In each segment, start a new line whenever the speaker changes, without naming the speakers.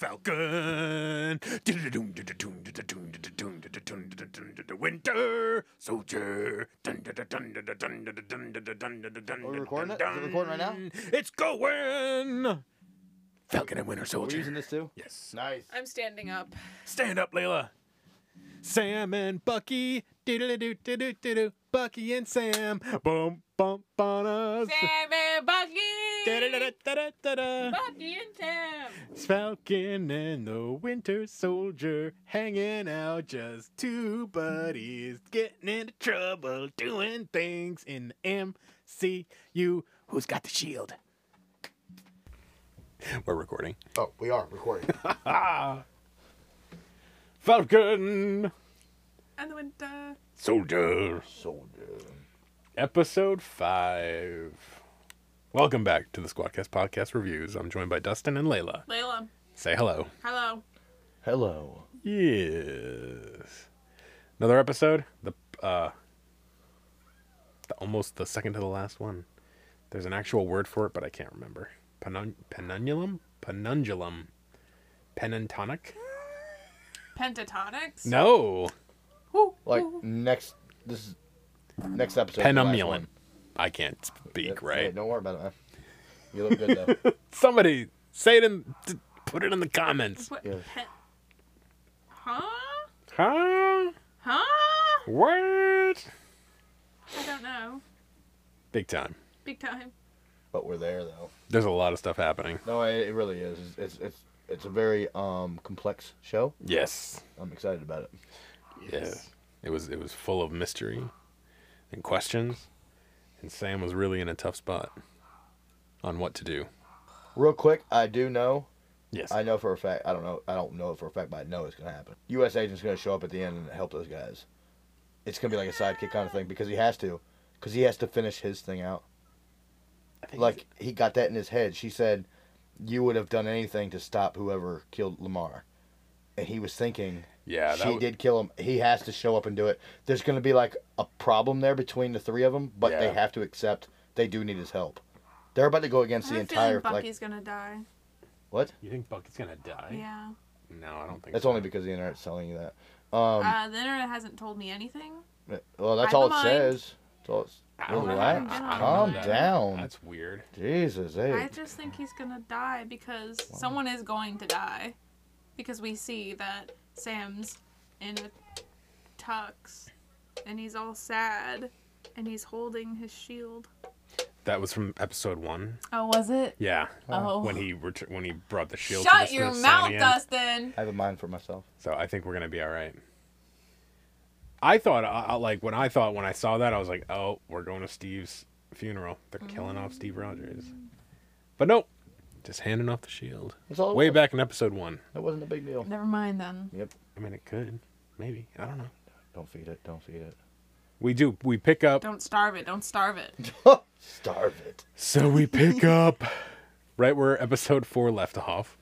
Falcon. Winter Soldier. Are
we recording it? Is it recording right now?
It's going. Falcon and Winter
We're
Soldier.
using this too.
Yes.
Nice.
I'm standing up.
Stand up, Layla. Sam and Bucky. Doo-doo-doo, doo-doo, doo-doo. Bucky and Sam. Boom, bump, bonas.
Sam and Bucky.
Da-da-da-da-da-da.
Bucky and Sam.
Falcon and the Winter Soldier hanging out, just two buddies getting into trouble, doing things in the MCU. Who's got the shield? We're recording.
Oh, we are recording.
Falcon
And the winter.
Soldier,
Soldier.
episode five. Welcome back to the Squadcast Podcast Reviews. I'm joined by Dustin and Layla.
Layla.
Say hello.
Hello.
Hello.
Yes. Another episode. The uh, the, almost the second to the last one. There's an actual word for it, but I can't remember. Penun- penundulum, penundulum, pentatonic.
Pentatonics.
No,
Woo,
Like
woo.
next, this is next episode. is the last
penumulum.
one.
I can't speak.
That's
right?
it. Don't worry about it, man. You look good though.
Somebody say it in. d- Put it in the comments.
What?
Yeah.
Pen- huh?
Huh?
Huh?
What?
I don't know.
Big time.
Big time.
but we're there though.
There's a lot of stuff happening.
No, it, it really is. It's, it's it's it's a very um complex show.
Yes.
I'm excited about it.
Yes. It was it was full of mystery and questions. And Sam was really in a tough spot on what to do.
Real quick, I do know.
Yes.
I know for a fact. I don't know. I don't know it for a fact, but I know it's gonna happen. U.S. agent's gonna show up at the end and help those guys. It's gonna be like a sidekick kind of thing because he has to, because he has to finish his thing out. like he got that in his head. She said, "You would have done anything to stop whoever killed Lamar," and he was thinking,
yeah,
"She
that w-
did kill him. He has to show up and do it." There's going to be like a problem there between the three of them, but
Yeah.
they have to accept they do need his help. They're about to go
I
against
have
the
a
entire
feeling
like
Bucky's gonna die.
what?
You think Bucky's gonna die?
Yeah.
No, I don't think
That's
so.
only because the internet's telling you that. Um, eh,
Uh, the internet hasn't told me anything.
well, that's
I have
all
a
it
mind.
says. That's all it's,
I don't know.
relax,
I- I don't know
calm
that.
down.
That's weird.
Jesus, hey.
I just think he's gonna die because someone is going to die, because we see that Sam's in a tux, and he's all sad, and he's holding his shield.
That was from episode one.
Oh, was it?
Yeah.
Oh.
When he ret- when he brought the shield. to
Shut
the
your mouth,
Smithsonian.
Dustin.
I have a mind for myself.
So I think we're gonna be all right. I thought, I, I- like, when I thought when I saw that, I was like, "Oh, we're going to Steve's funeral. They're killing off Steve
Mm.
Rogers." But nope, just handing off the shield.
That's all it
Way
was.
back in episode one.
That wasn't a big deal.
Never mind then.
Yep.
I mean, it could, maybe. I don't know.
Don't feed it. Don't feed it.
We do. We pick up.
Don't starve it. Don't starve it.
Starve it.
So we pick up right where episode four left off.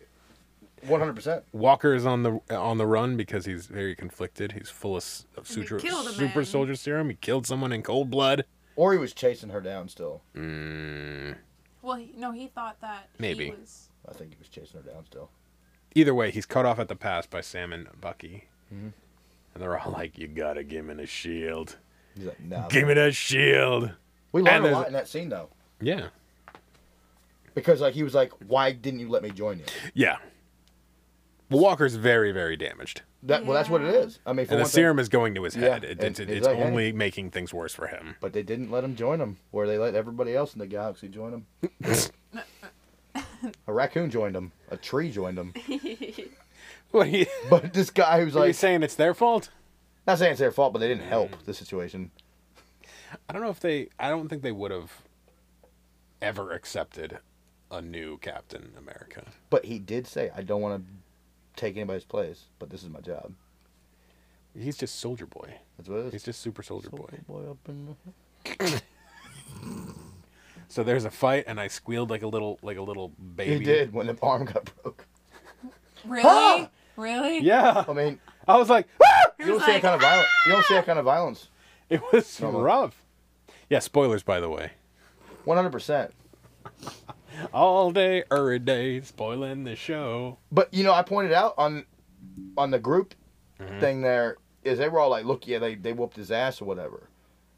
One hundred percent.
Walker is on the on the run because he's very conflicted. He's full of, s- of
And he
suture,
killed a
super
man.
soldier serum. He killed someone in cold blood. Mm.
Or he was chasing her down still.
Well, he, no, he thought that he
Maybe.
was-
I think he was chasing her down still.
either way, he's cut off at the pass by Sam and Bucky.
Mm-hmm.
And they're all like, you gotta give me the shield.
He's like, nah.
Give me the shield.
we learned
and
a
there's-
lot in that scene though.
Yeah.
Because like he was like, Why didn't you let me join you?
Yeah. Well, Walker's very, very damaged.
That well that's what it
Yeah.
is. I mean for
And the
one thing-
serum is going to his
Yeah,
head. It,
and
it's
he's
it's
like, hey.
only making things worse for him.
but they didn't let him join them, where they let everybody else in the galaxy join him. a raccoon joined him. A tree joined him.
What are you,
But this guy who's
are you
like
saying? It's their fault?
not saying it's their fault, but they didn't help the situation.
I don't know if they. I don't think they would have ever accepted a new Captain America.
But he did say, I don't want to take anybody's place, but this is my job.
He's just Soldier Boy.
That's what it is.
He's just Super Soldier Boy.
boy up in the
So there's a fight, and I squealed like a little, like a little baby.
He did when the arm got broke.
Really? really?
Yeah.
I mean,
I was like,
you
He
don't
was
see that
like, "Ah!"
kind of violence. You don't see that kind of violence.
it was
Normal.
rough. Yeah, spoilers by the way.
One hundred percent.
All day, every day, spoiling the show.
But you know, I pointed out on on the group
Mhm.
thing there is they were all like, "Look, yeah, they they whooped his ass or whatever,"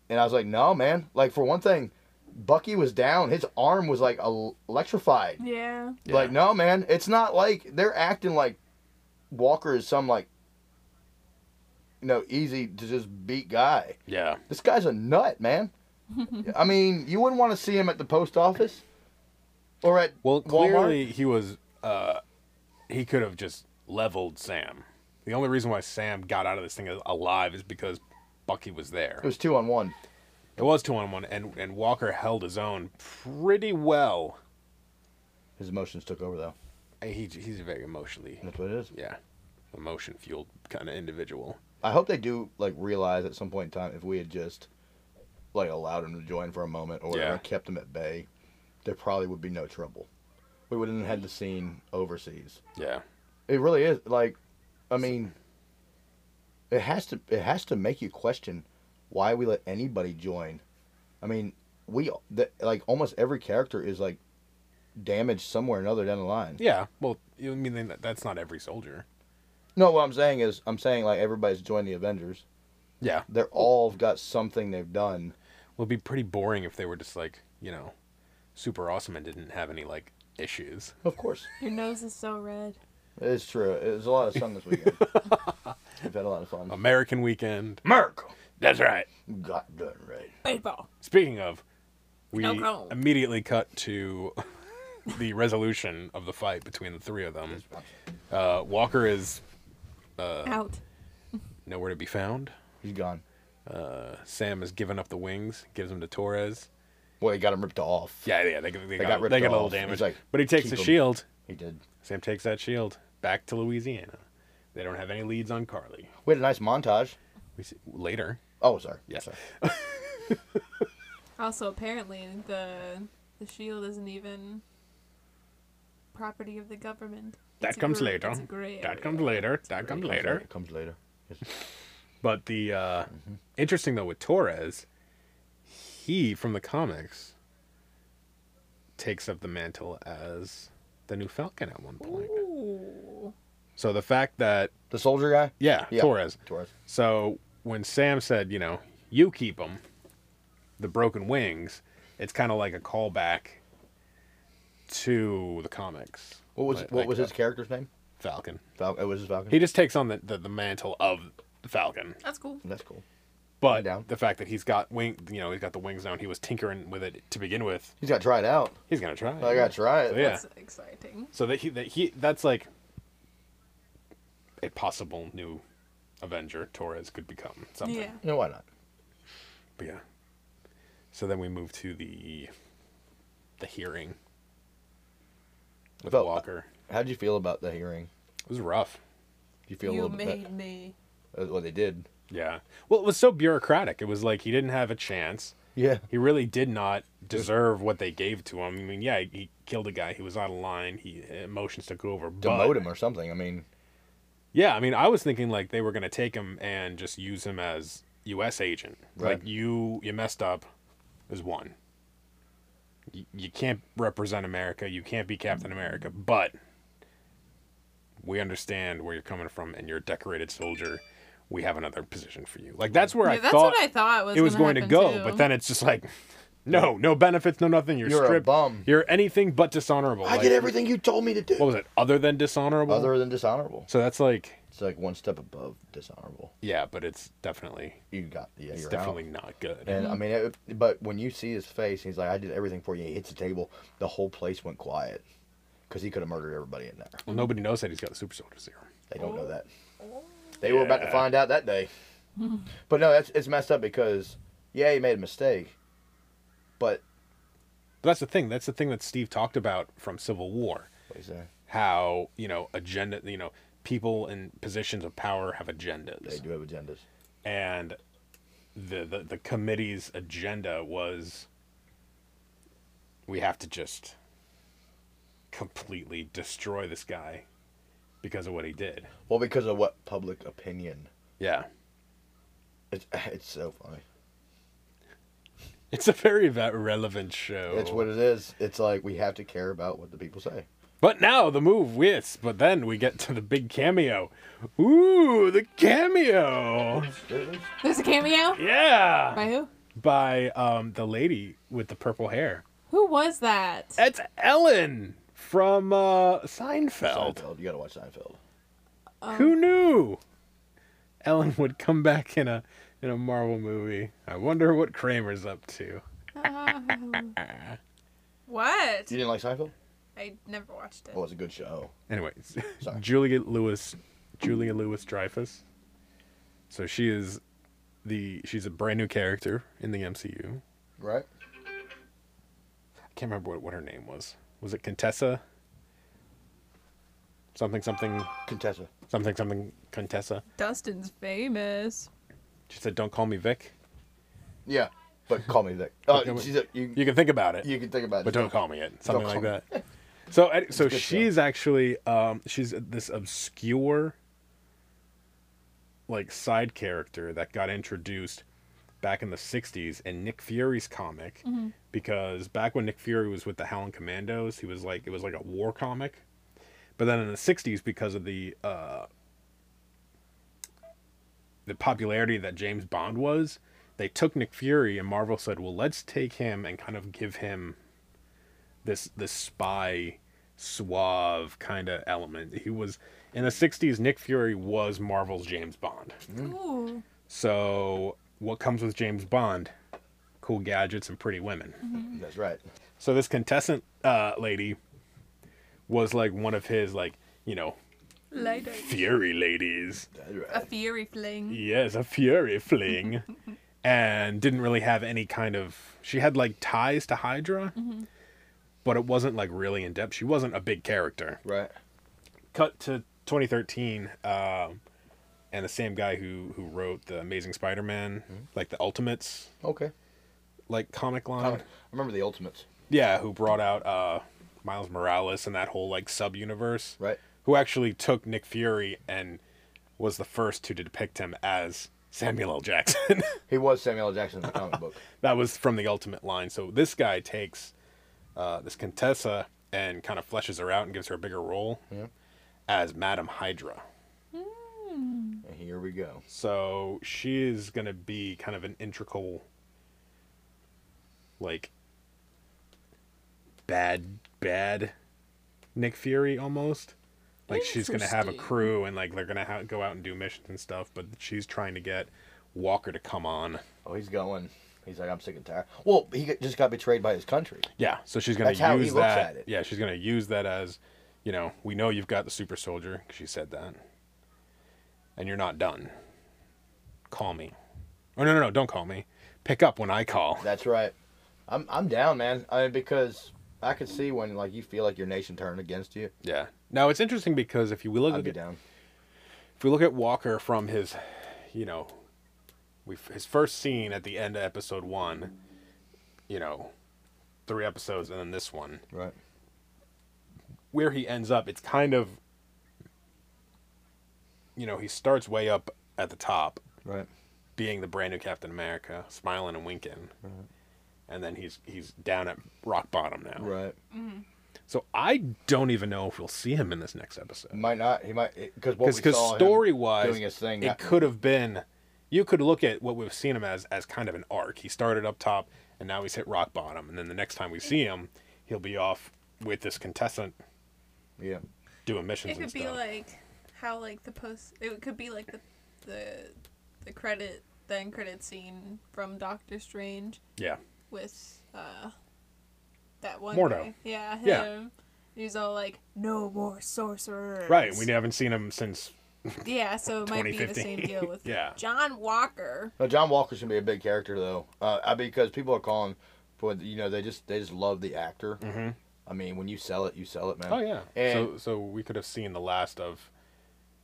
and I was like, "No, man. Like for one thing, Bucky was down. His arm was like el- electrified.
Yeah.
Yeah.
Like no, man. It's not like they're acting like Walker is some like." You know, easy to just beat guy.
Yeah.
This guy's a nut, man. I mean, you wouldn't want to see him at the post office or at
Well,
Walmart.
clearly he was. Uh, he could have just leveled Sam. The only reason why Sam got out of this thing alive is because Bucky was there.
It was two on one.
It was two on one, and and Walker held his own pretty well.
His emotions took over though.
He he's very emotionally,
That's what it is.
yeah, emotion fueled kind of individual.
I hope they do like realize at some point in time if we had just like allowed him to join for a moment or whatever,
Yeah.
kept him at bay, there probably would be no trouble. We wouldn't have had the scene overseas.
Yeah,
It really is like, I mean, it has to it has to make you question why we let anybody join. I mean, we the, like almost every character is like damaged somewhere or another down the line.
yeah. Well, you I mean then that- that's not every soldier.
No, what I'm saying is I'm saying like everybody's joined the Avengers.
Yeah,
They're all got something they've done.
well, it'd be pretty boring if they were just like you know, super awesome and didn't have any like issues.
Of course.
Your nose is so red.
It's true. It was a lot of fun this weekend. We've had a lot of fun.
American Weekend.
Merc!
That's right.
Got done right.
Baseball.
Speaking of, we
No problem.
immediately cut to the resolution of the fight between the three of them. Uh, Walker is Uh.
Out.
nowhere to be found. Uh,
He's gone.
Sam has given up the wings, gives them to Torres.
Well, he got him ripped off.
Yeah, yeah, they, they, got,
got ripped
they got a little
off.
damage.
He's like,
but he takes
"Keep
the
'em."
shield.
He did.
Sam takes that shield back to Louisiana. They don't have any leads on Carly.
We had a nice montage.
We see, later.
Oh, sorry.
Yeah.
Sorry.
Also, apparently, the the shield isn't even property of the government.
That
It's a
comes
gray-
later.
it's a gray
That
area.
comes later. That comes later.
It comes later. Yes.
But the uh,
Mm-hmm.
interesting though with Torres, he from the comics takes up the mantle as the new Falcon at one point.
Ooh.
So the fact that
The soldier guy?
yeah,
Yeah.
Torres.
Torres.
So when Sam said, you know, you keep them, the broken wings, it's kind of like a callback to the comics.
What was
Like-
what
like
was his
the
character's name?
Falcon?
Fal- it was his Falcon.
He just takes on the, the, the mantle of the Falcon.
That's cool.
That's cool.
But
down.
the fact that he's got wing, you know, he's got the wings down. He was tinkering with it to begin with.
He's got to try it out.
He's gonna try. it.
I got to try it.
Yeah.
That's exciting.
So that he that he that's like a possible new Avenger Torres could become something.
Yeah.
No, why not?
But yeah. So then we move to the the hearing with
Felt-
Walker.
How'd you feel about the hearing?
It was rough.
Did you feel a
You
little bit
made me.
better? That's what they did.
Yeah. Well, it was so bureaucratic. It was like he didn't have a chance.
Yeah.
He really did not deserve what they gave to him. I mean, yeah, he killed a guy. He was out of line. He emotions took over.
Demote
but,
him or something. I mean,
Yeah, I mean, I was thinking like they were gonna take him and just use him as U.S. agent.
Right.
Like you, you messed up. Is one. You, you can't represent America. You can't be Captain America. But we understand where you're coming from, and you're a decorated soldier. We have another position for you. Like that's where
Yeah,
I
that's
thought
what I thought was.
it was
gonna
going to
happen,
go,
too.
but then it's just like, no, no benefits, no nothing. You're,
You're a
stripped.
bum.
You're anything but dishonorable.
I
Like,
did everything you told me to do.
What was it? Other than dishonorable.
Other than dishonorable.
So that's like.
It's like one step above dishonorable.
Yeah, but it's definitely
You got yeah,
it's
you're
definitely
out.
not good.
And I mean, it, but when you see his face, he's like, "I did everything for you." He hits the table. The whole place went quiet because he could have murdered everybody in there.
well, nobody knows that he's got the super soldier serum.
They don't know that. They were about to
Yeah.
find out that day. but no, that's it's messed up because yeah, he made a mistake, but
But that's the thing. That's the thing that Steve talked about from Civil War.
what is that?
How you know agenda. You know people in positions of power have agendas,
They do have agendas.
and the, the the committee's agenda was we have to just completely destroy this guy because of what he did.
Well, because of what public opinion.
Yeah.
It's it's so funny.
It's a very va- relevant show.
That's what it is. It's like we have to care about what the people say.
But now the move wits, but then we get to the big cameo. Ooh, the cameo.
There it is.
There's a cameo?
Yeah.
By who?
By um the lady with the purple hair.
Who was that?
That's Ellen from uh Seinfeld.
Seinfeld. You gotta watch Seinfeld.
Who knew? Ellen would come back in a in a Marvel movie. I wonder what Kramer's up to.
What?
You didn't like Seinfeld?
I never watched it.
Oh, it's a good show.
Anyway,
Sorry.
Julia Lewis, Julia Lewis Dreyfus. So she is the she's a brand new character in the MCU.
Right?
I can't remember what, what her name was. Was it Contessa? Something something
Contessa.
something something Contessa.
Dustin's famous.
She said, "Don't call me Vic."
Yeah. But call me Vic. Oh,
Okay, wait.
she's a, you,
You can think about it.
you can think about it.
but don't call me it. Something
Don't
like that. So, I- so
good
she's actually um, she's this obscure like side character that got introduced back in the '60s in Nick Fury's comic because back when Nick Fury was with the Howling Commandos, he was like it was like a war comic. But then in the '60s, because of the uh, the popularity that James Bond was, they took Nick Fury and Marvel said, "Well, let's take him and kind of give him this this spy suave kind of element. He was in the 60s Nick Fury was Marvel's James Bond.
Ooh.
So what comes with James Bond? Cool gadgets and pretty women.
That's right.
So this contestant uh, lady was like one of his like, you know, Hmm.
Later.
Fury ladies.
That's
A
right.
fury fling.
Yes, a fury fling. and didn't really have any kind of. She had like ties to Hydra, but it wasn't like really in depth. She wasn't a big character.
Right.
Cut to 2013, um, and the same guy who who wrote the Amazing Spider-Man,
Mm-hmm.
like the Ultimates,
Okay. Um,
like comic line.
I remember the Ultimates.
Yeah, who brought out uh, Miles Morales and that whole like sub universe.
Right.
Who actually took Nick Fury and was the first to depict him as Samuel L. Jackson.
He was Samuel L. Jackson in the comic book.
that was from the ultimate line so this guy takes uh, this contessa and kind of fleshes her out and gives her a bigger role
Yeah.
as madam hydra
And here we go.
so she is going to be kind of an integral like bad bad nick fury almost like she's going to have a
Interesting.
crew and like they're going to ha- go out and do missions and stuff but she's trying to get walker to come on
Oh, he's going. He's like, I'm sick and tired. Well, he got- just got betrayed by his country.
Yeah, so she's gonna
That's how he
use
looks
that.
at it.
Yeah, she's gonna use that as, you know, we know you've got the super soldier. 'cause She said that, and you're not done. Call me. Oh no no no! Don't call me. Pick up when I call.
That's right. I'm I'm down, man. I mean, because I could see when like you feel like your nation turned against you.
Yeah. Now it's interesting because if you look
I'd be
at
down.
if we look at Walker from his, you know, we his first scene at the end of episode one, you know, three episodes and then this one.
Right.
where he ends up, it's kind of you know, he starts way up at the top,
Right.
being the brand new Captain America, smiling and winking. And then he's he's down at rock bottom now.
Right.
So I don't even know if we'll see him in this next episode.
Might not. He might because Mm. what we
Because
saw him
story wise,
doing his thing.
it
not-
could have been. You could look at what we've seen him as as kind of an arc. He started up top, and now he's hit rock bottom. And then the next time we see him, he'll be off with this contestant
Yeah.
doing missions
It could
and
be
stuff.
like how like the post. It could be like the the the credit the end credit scene from Doctor Strange
yeah.
with uh that one.
Mordo.
guy. Yeah. Him.
Yeah.
He's all like, "No more sorcerers."
Right. We haven't seen him since
Yeah. So it might be the
2015.
same deal with
Yeah.
John Walker.
No, John Walker's gonna be a big character though. Uh, I because people are calling for you know they just they just love the actor. Mm-hmm. I mean, when you sell it, you sell it, man.
Oh yeah.
And
so so we could have seen the last of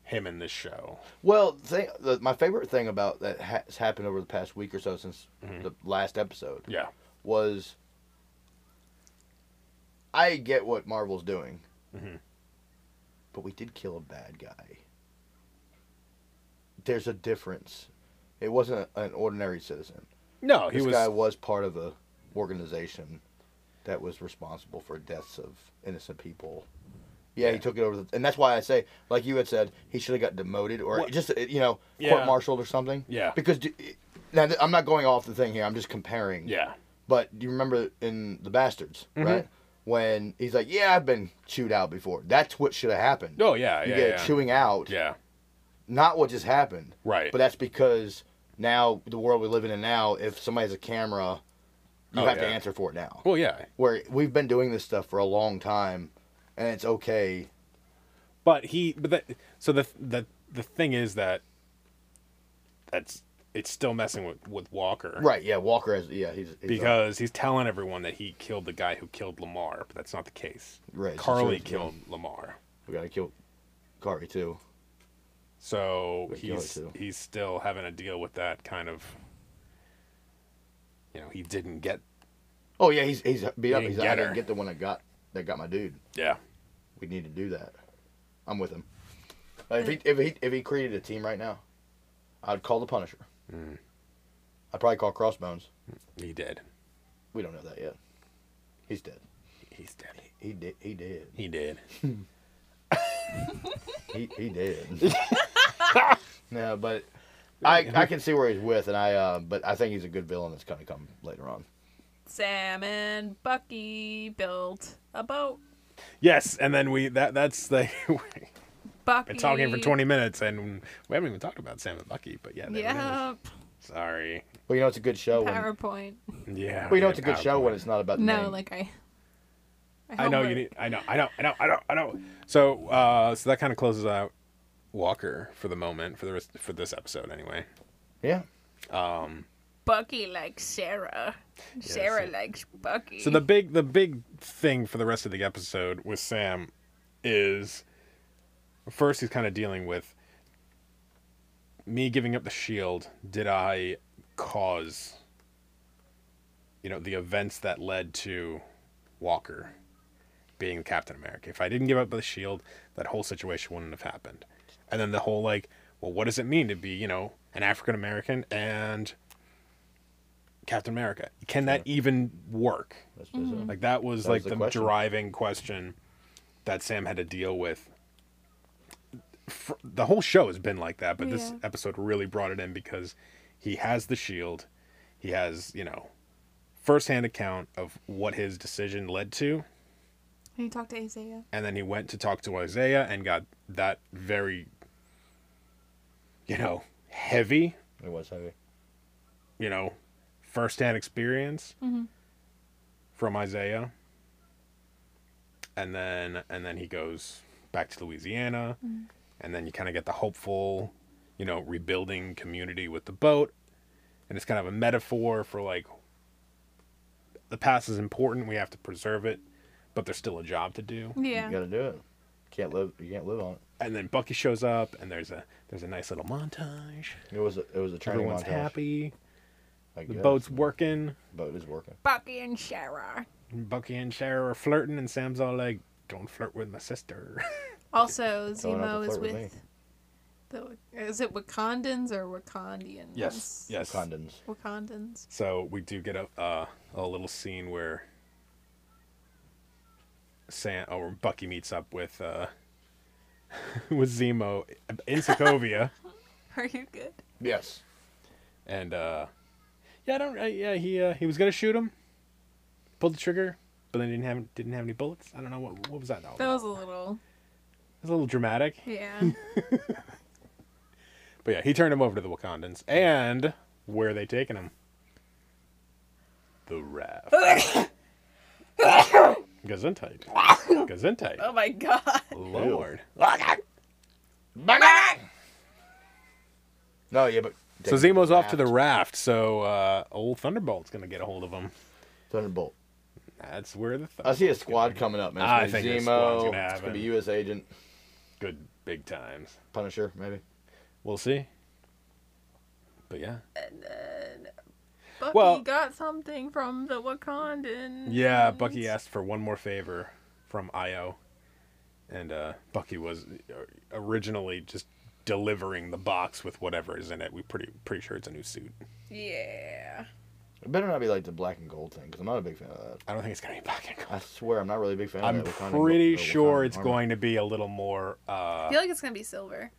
him in this show.
Well, thing, the, my favorite thing about that ha- has happened over the past week or so since the last episode
Mm-hmm. Yeah.
was I get what Marvel's doing,
Mm-hmm.
but we did kill a bad guy. There's a difference. It wasn't a, an ordinary citizen.
No, he
This
was.
guy was part of a organization that was responsible for deaths of innocent people. Yeah, he
Yeah.
took it over, the, and that's why I say, like you had said, he should have got demoted or
What-
just uh, you know
Yeah.
court-martialed or something.
Yeah.
Because do, now th- I'm not going off the thing here. I'm just comparing.
yeah. Mm-hmm.
But do you remember in The Bastards, right? When he's like, "Yeah, I've been chewed out before." That's what should have happened.
Oh yeah.
you
yeah.
get
yeah.
chewing out,
Yeah.
not what just happened.
Right.
But that's because now the world we're living in now, if somebody has a camera, you
Oh,
have to
yeah.
answer for it now.
well, yeah.
Where we've been doing this stuff for a long time, and it's okay.
But he. But that. So the the the thing is that. That's it's still messing with with Walker.
Right? Yeah. Walker has. Yeah. He's, he's
Because he's telling everyone that he killed the guy who killed Lamar, but that's not the case.
Right, it's
Carly
insurance, yeah.
killed Lamar.
we gotta kill Kari too.
So
But you
he's
ought to.
he's still having to deal with that kind of. You know, he didn't get.
Oh yeah, he's he's beat up.
didn't
He's
get
like, I
her.
didn't get the one that got that got my dude.
Yeah.
We need to do that. I'm with him. Like,
Mm.
if he if he if he created a team right now, I'd call the Punisher.
Mm.
I'd probably call Crossbones.
He did.
We don't know that yet. He's dead.
He's dead.
He did. He did.
He did.
He he did. no, but I I can see where he's with, and I uh, but I think he's a good villain that's gonna come later on.
Sam and Bucky built a boat.
Yes, and then we that that's the we've
Bucky.
been talking for twenty minutes and we haven't even talked about Sam and Bucky, but yeah, there it is.
Yep.
Sorry.
Well, you know it's a good show. When, well,
PowerPoint.
Yeah.
you know it's a
yeah,
good show
PowerPoint.
when it's not about the
No,
name.
like I.
I know you
homework.
need, I know, I know, I know, I know, I know. So uh so that kind of closes out Walker for the moment, for the rest for this episode anyway.
yeah.
Bucky likes Sarah. Sarah
so-
likes Bucky.
So the big the big thing for the rest of the episode with Sam is first he's kind of dealing with me giving up the shield. Did I cause you know the events that led to Walker being Captain America? If I didn't give up the shield, that whole situation wouldn't have happened. And then the whole like, well, what does it mean to be you know an African American and Captain America? Can that even work?
That's, that's
mm-hmm.
it.
Like that was
That
like
was the
the,
question.
driving question that Sam had to deal with. Fr the whole show has been like that, but this
Yeah.
episode really brought it in because he has the shield. He has, you know, firsthand account of what his decision led to,
Can you talk to Isaiah?
and then he went to talk to Isaiah and got that very you know, heavy,
It was heavy.
you know, firsthand experience.
Mhm.
from Isaiah. And then and then he goes back to Louisiana. And then you kind of get the hopeful, you know, rebuilding community with the boat. And it's kind of a metaphor for like the past is important, we have to preserve it, but there's still a job to do.
Yeah.
You gotta do it. Can't live. You can't live on it.
And then Bucky shows up and there's a there's a nice little montage.
It was a, it was a training
Everyone's
montage.
happy.
I
The
guess.
boat's working.
boat is working.
Bucky and Sarah.
Bucky and Sarah are flirting and Sam's all like, Don't flirt with my sister.
Also,
Don't have to
Zemo is
flirt with
with. the, is it Wakandans or Wakandians?
Yes.
Condons.
Wakandans.
So we do get a uh, a little scene where Sam or Bucky meets up with uh, with Zemo in Sokovia,
Are you good?
Yes.
and uh, yeah, I don't. Uh, yeah, he uh, he was gonna shoot him, pulled the trigger, but then didn't have didn't have any bullets. I don't know what what was that. All
That
about?
was a little.
It was a little dramatic,
Yeah.
but yeah, he turned him over to the Wakandans, and where are they taking him? The raft. Gesundheit. Gesundheit.
oh my god.
Lord.
No, yeah, but
So Zemo's off to the raft, so uh, old Thunderbolt's gonna get a hold of him.
Thunderbolt.
That's where the
I
th-
see a squad coming up, man. It's
I
gonna be
think this squad's
Zemo.
gonna
it's gonna
happen.
be U.S. Agent,
good big times.
Punisher, maybe.
We'll see. But yeah,
Bucky
Well-
got something from the Wakandan.
yeah. Bucky asked for one more favor from Io, and uh, Bucky was uh, originally just delivering the box with whatever is in it. We pretty pretty sure it's a new suit.
Yeah.
It better not be like the black and gold thing because I'm not a big fan of that.
I don't think it's gonna be black and
I
gold.
swear I'm not really a big fan.
I'm
of that Wakandan
pretty
gold- or
sure
Wakandan
it's
armor.
going to be a little more. Uh,
I feel like it's gonna be silver.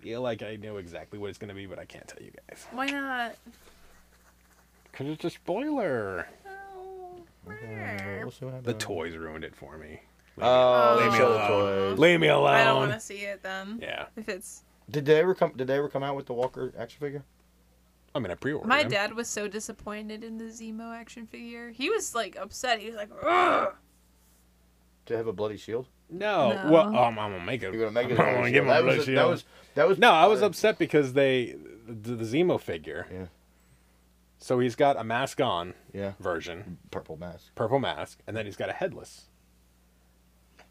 feel like I know exactly what it's gonna be, but I can't tell you guys.
Why not?
Cause it's a spoiler.
Oh,
Uh, we'll see what
The
happens.
toys ruined it for me. Leave
Oh,
me,
they
leave me
show the
alone.
toys.
Leave me alone.
I don't want to see it then.
Yeah,
If it's
Did they ever come? Did they ever come out with the Walker action figure?
I mean I pre-ordered.
my
them.
dad was so disappointed in the Zemo action figure, he was like upset. He was like, Ugh!
Did it have a bloody shield?
No.
No.
Well, um, I'm gonna make it.
You're gonna make it.
I'm gonna
a bloody
get
shield.
my
that,
bloody
was,
shield.
that was that was
No, I was upset because they the, the Zemo figure.
Yeah,
So he's got a mask on
yeah.
version,
Purple mask.
purple mask, and then he's got a headless.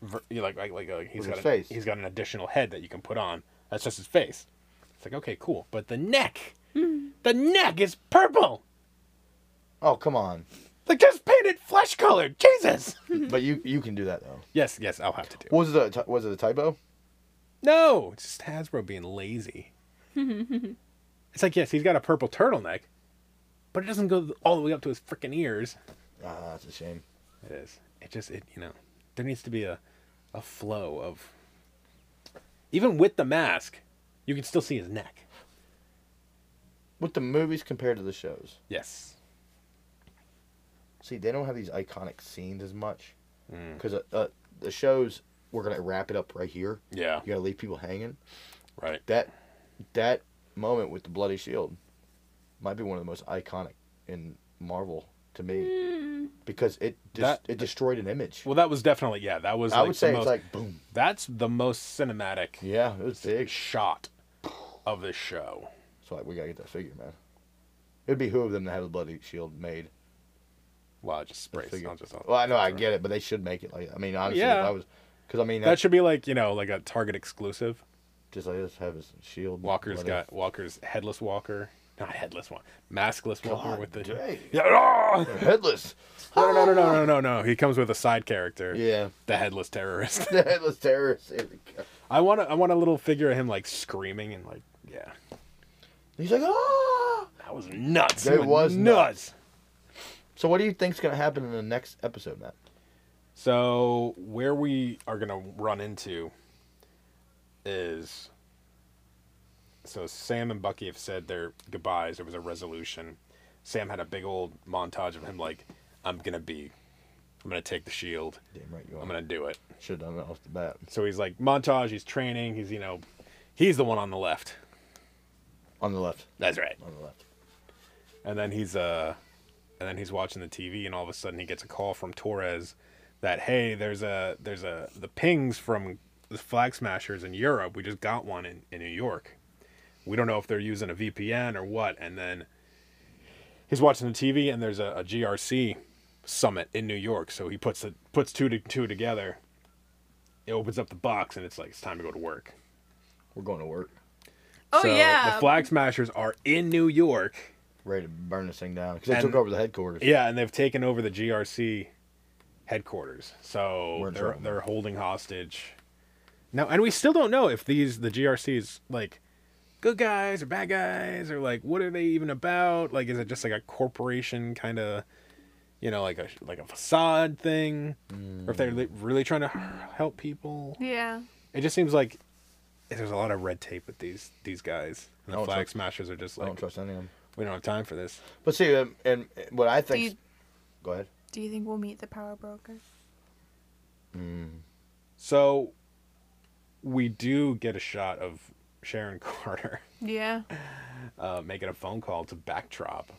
Ver, you know, like like like uh, he's
With
got
his
a-
face.
he's got an additional head that you can put on. That's just his face. It's like okay, cool, but the neck, the neck is purple.
Oh come on!
Like just painted flesh colored. Jesus.
but you you can do that though.
yes, yes, I'll have to do. it.
Was it a, was it a typo?
No, it's just Hasbro being lazy. it's like, yes, he's got a purple turtleneck, but it doesn't go all the way up to his freaking ears.
Ah, that's a shame.
It is. It just, it you know, there needs to be a, a flow of. Even with the mask, you can still see his neck.
With the movies compared to the shows,
Yes.
see they don't have these iconic scenes as much
Mm.
because uh, uh, the shows we're gonna wrap it up right here.
Yeah.
You gotta leave people hanging.
Right.
That that moment with the bloody shield might be one of the most iconic in Marvel to me because it dis-
That-
it destroyed an image.
Well, that was definitely yeah. That was.
I
like
would
the
say
most-
it's like boom.
that's the most cinematic
Yeah, it was big.
shot of this show.
So like, we gotta get that figure, man. It'd be who of them to have the bloody shield made.
Wow, just sprays.
figure.
I'll just, I'll-
Well, I know I get it, but they should make it like. I mean, honestly,
Yeah.
if I was, because I mean,
that
that's
should be like you know like a Target exclusive.
just like just have his shield.
Walker's
bloody-
got Walker's headless Walker, not headless one, maskless Walker
God
with the.
dang.
Yeah, ah!
headless.
No, no, no, no, no, no, no. He comes with a side character.
Yeah,
The headless terrorist.
the headless terrorist. Here we go.
I want a, I want a little figure of him like screaming and like yeah.
He's like, ah.
That was nuts.
That
He
was nuts. So what do you think's gonna happen in the next episode, Matt?
So where we are gonna run into is so Sam and Bucky have said their goodbyes. There was a resolution. Sam had a big old montage of him like, I'm gonna be, I'm gonna take the shield.
Damn right you are.
I'm gonna do it.
Should have done it off the bat.
So he's like montage. He's training. He's you know, he's the one on the left.
On the left.
That's right.
On the left.
And then he's uh, and then he's watching the TV, and all of a sudden he gets a call from Torres that hey, there's a there's a the pings from the flag smashers in Europe. We just got one in in New York. We don't know if they're using a VPN or what. And then he's watching the TV, and there's a, a GRC summit in New York. So he puts the puts two to two together. It opens up the box, and it's like it's time to go to work.
We're going to work.
oh
so
yeah.
the Flag Smashers are in New York.
Ready to burn this thing down because they
And-
took over the headquarters.
Yeah, and they've taken over the GRC headquarters.
We're
So
in
they're
trouble.
they're holding hostage. Now, and we still don't know if these the GRCs like good guys or bad guys or like what are they even about? Like is it just like a corporation kind of you know like a like a facade thing or if they're li- really trying to help people?
yeah.
It just seems like there's a lot of red tape with these these guys. And
I
the
don't
flag
trust-
smashers are just
I don't
like
trust any of them.
we don't have time for this.
But see, um, and what I
Do
think.
you,
Go ahead.
do you think we'll meet the power broker?
So we do get a shot of Sharon Carter
Yeah.
uh, making a phone call to Backdrop,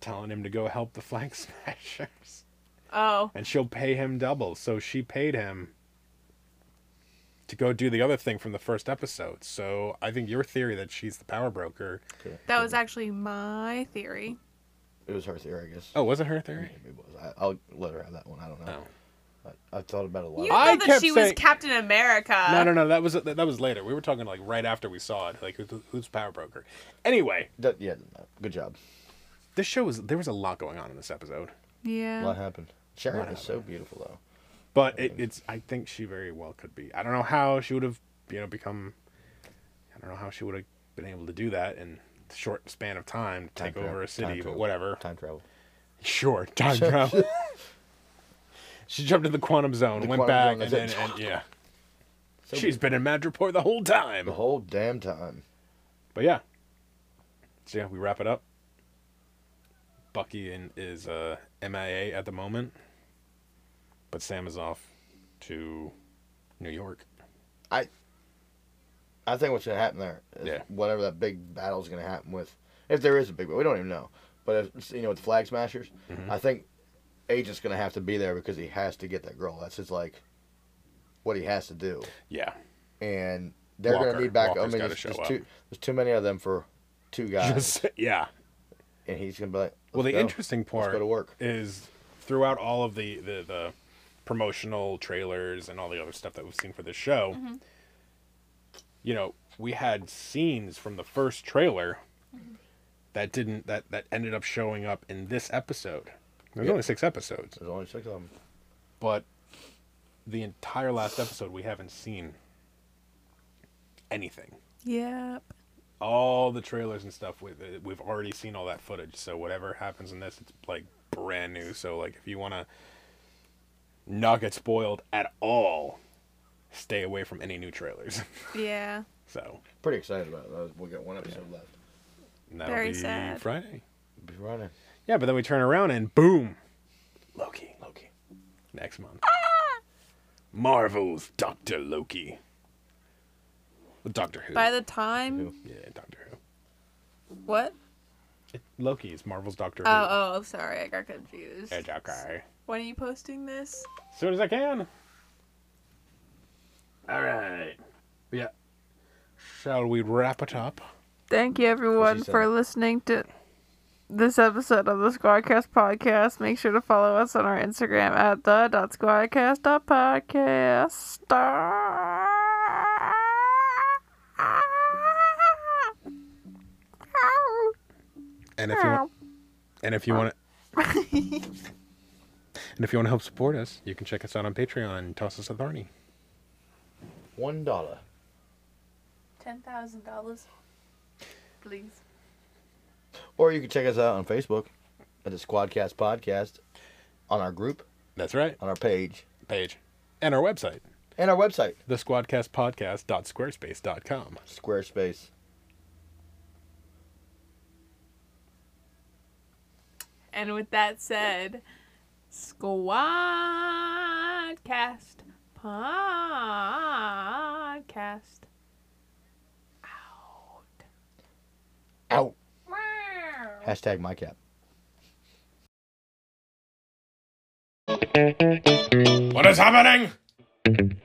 telling him to go help the Flag Smashers,
Oh.
and she'll pay him double. So she paid him to go do the other thing from the first episode. So I think your theory that she's the power broker.
That was actually my theory.
It was her theory, I guess.
Oh, was it her theory? Oh.
Maybe it was. I, I'll let her have that one. I don't know.
No.
I, I've thought about it a lot.
You
I
thought that
kept
she was
saying-
Captain America.
No, no, no. That was that was later. We were talking like right after we saw it. Like who, who's the power broker? Anyway,
That- yeah, no, good job.
this show was there was a lot going on in this episode.
A
Yeah.
lot happened. Sharon
What
is so beautiful, though.
But it, it's I think she very well could be. I don't know how she would have you know become. I don't know how she would have been able to do that in short span of time to
Time
take
travel-
over a
time
city, but
travel.
whatever.
Time travel.
Sure, time travel. she jumped in the quantum zone,
The
went
quantum
back,
zone,
and then
that's it.
and, yeah. She's been in Madripoor the whole time.
The whole damn time.
But yeah. So yeah, we wrap it up. Bucky in, is uh, MIA at the moment, but Sam is off to New York.
I think what's gonna happen there is
Yeah.
whatever that big battle's gonna happen with, if there is a big, we don't even know. But if, you know, with the flag smashers,
Mm-hmm.
I think Agent's gonna have to be there because he has to get that girl. That's his like, what he has to do.
Yeah,
And they're
Walker.
gonna need back.
Walker's
I mean,
gotta
there's,
show
there's
up.
too there's too many of them for two guys,
Just- yeah.
and he's gonna be like,
Well, the
"Let's go.
interesting
Let's
part
go to work.
is throughout all of the, the, the promotional trailers and all the other stuff that we've seen for this show, you know, we had scenes from the first trailer that didn't that that ended up showing up in this episode. There's
Yeah.
only six episodes,
There's only six of them.
but the entire last episode we haven't seen anything.
Yep.
All the trailers and stuff we we've already seen all that footage. So whatever happens in this, it's like brand new. So like if you want to not get spoiled at all, stay away from any new trailers.
Yeah.
so
Pretty excited about it. We got one episode left.
and that'll
Very
be
sad.
Friday.
Be running.
Yeah, but then we turn around and boom, Loki.
Loki.
Next month.
Ah!
Marvel's Doctor Loki. Well, Doctor Who.
By the time
yeah, Doctor Who.
what?
Loki is Marvel's Doctor
Oh,
Who.
oh, I'm sorry, I got confused.
It's okay.
When are you posting this?
soon as I can. All right. Yeah. Shall we wrap it up?
Thank you, everyone,
said.
for listening to this episode of the Squadcast podcast. Make sure to follow us on our Instagram at the dot squadcast dot podcast.
And if you want, and if you want, and if you want to help support us, you can check us out on Patreon. and Toss us a thorny.
One dollar.
Ten thousand dollars, please.
Or you can check us out on Facebook at the Squadcast Podcast, on our group,
That's right.
on our page,
Uh, Page, and our website,
and our website,
the squadcastpodcast.squarespace.com.
Squarespace.
And with that said, Squadcast podcast out.
Out. Hashtag my cap.
What is happening?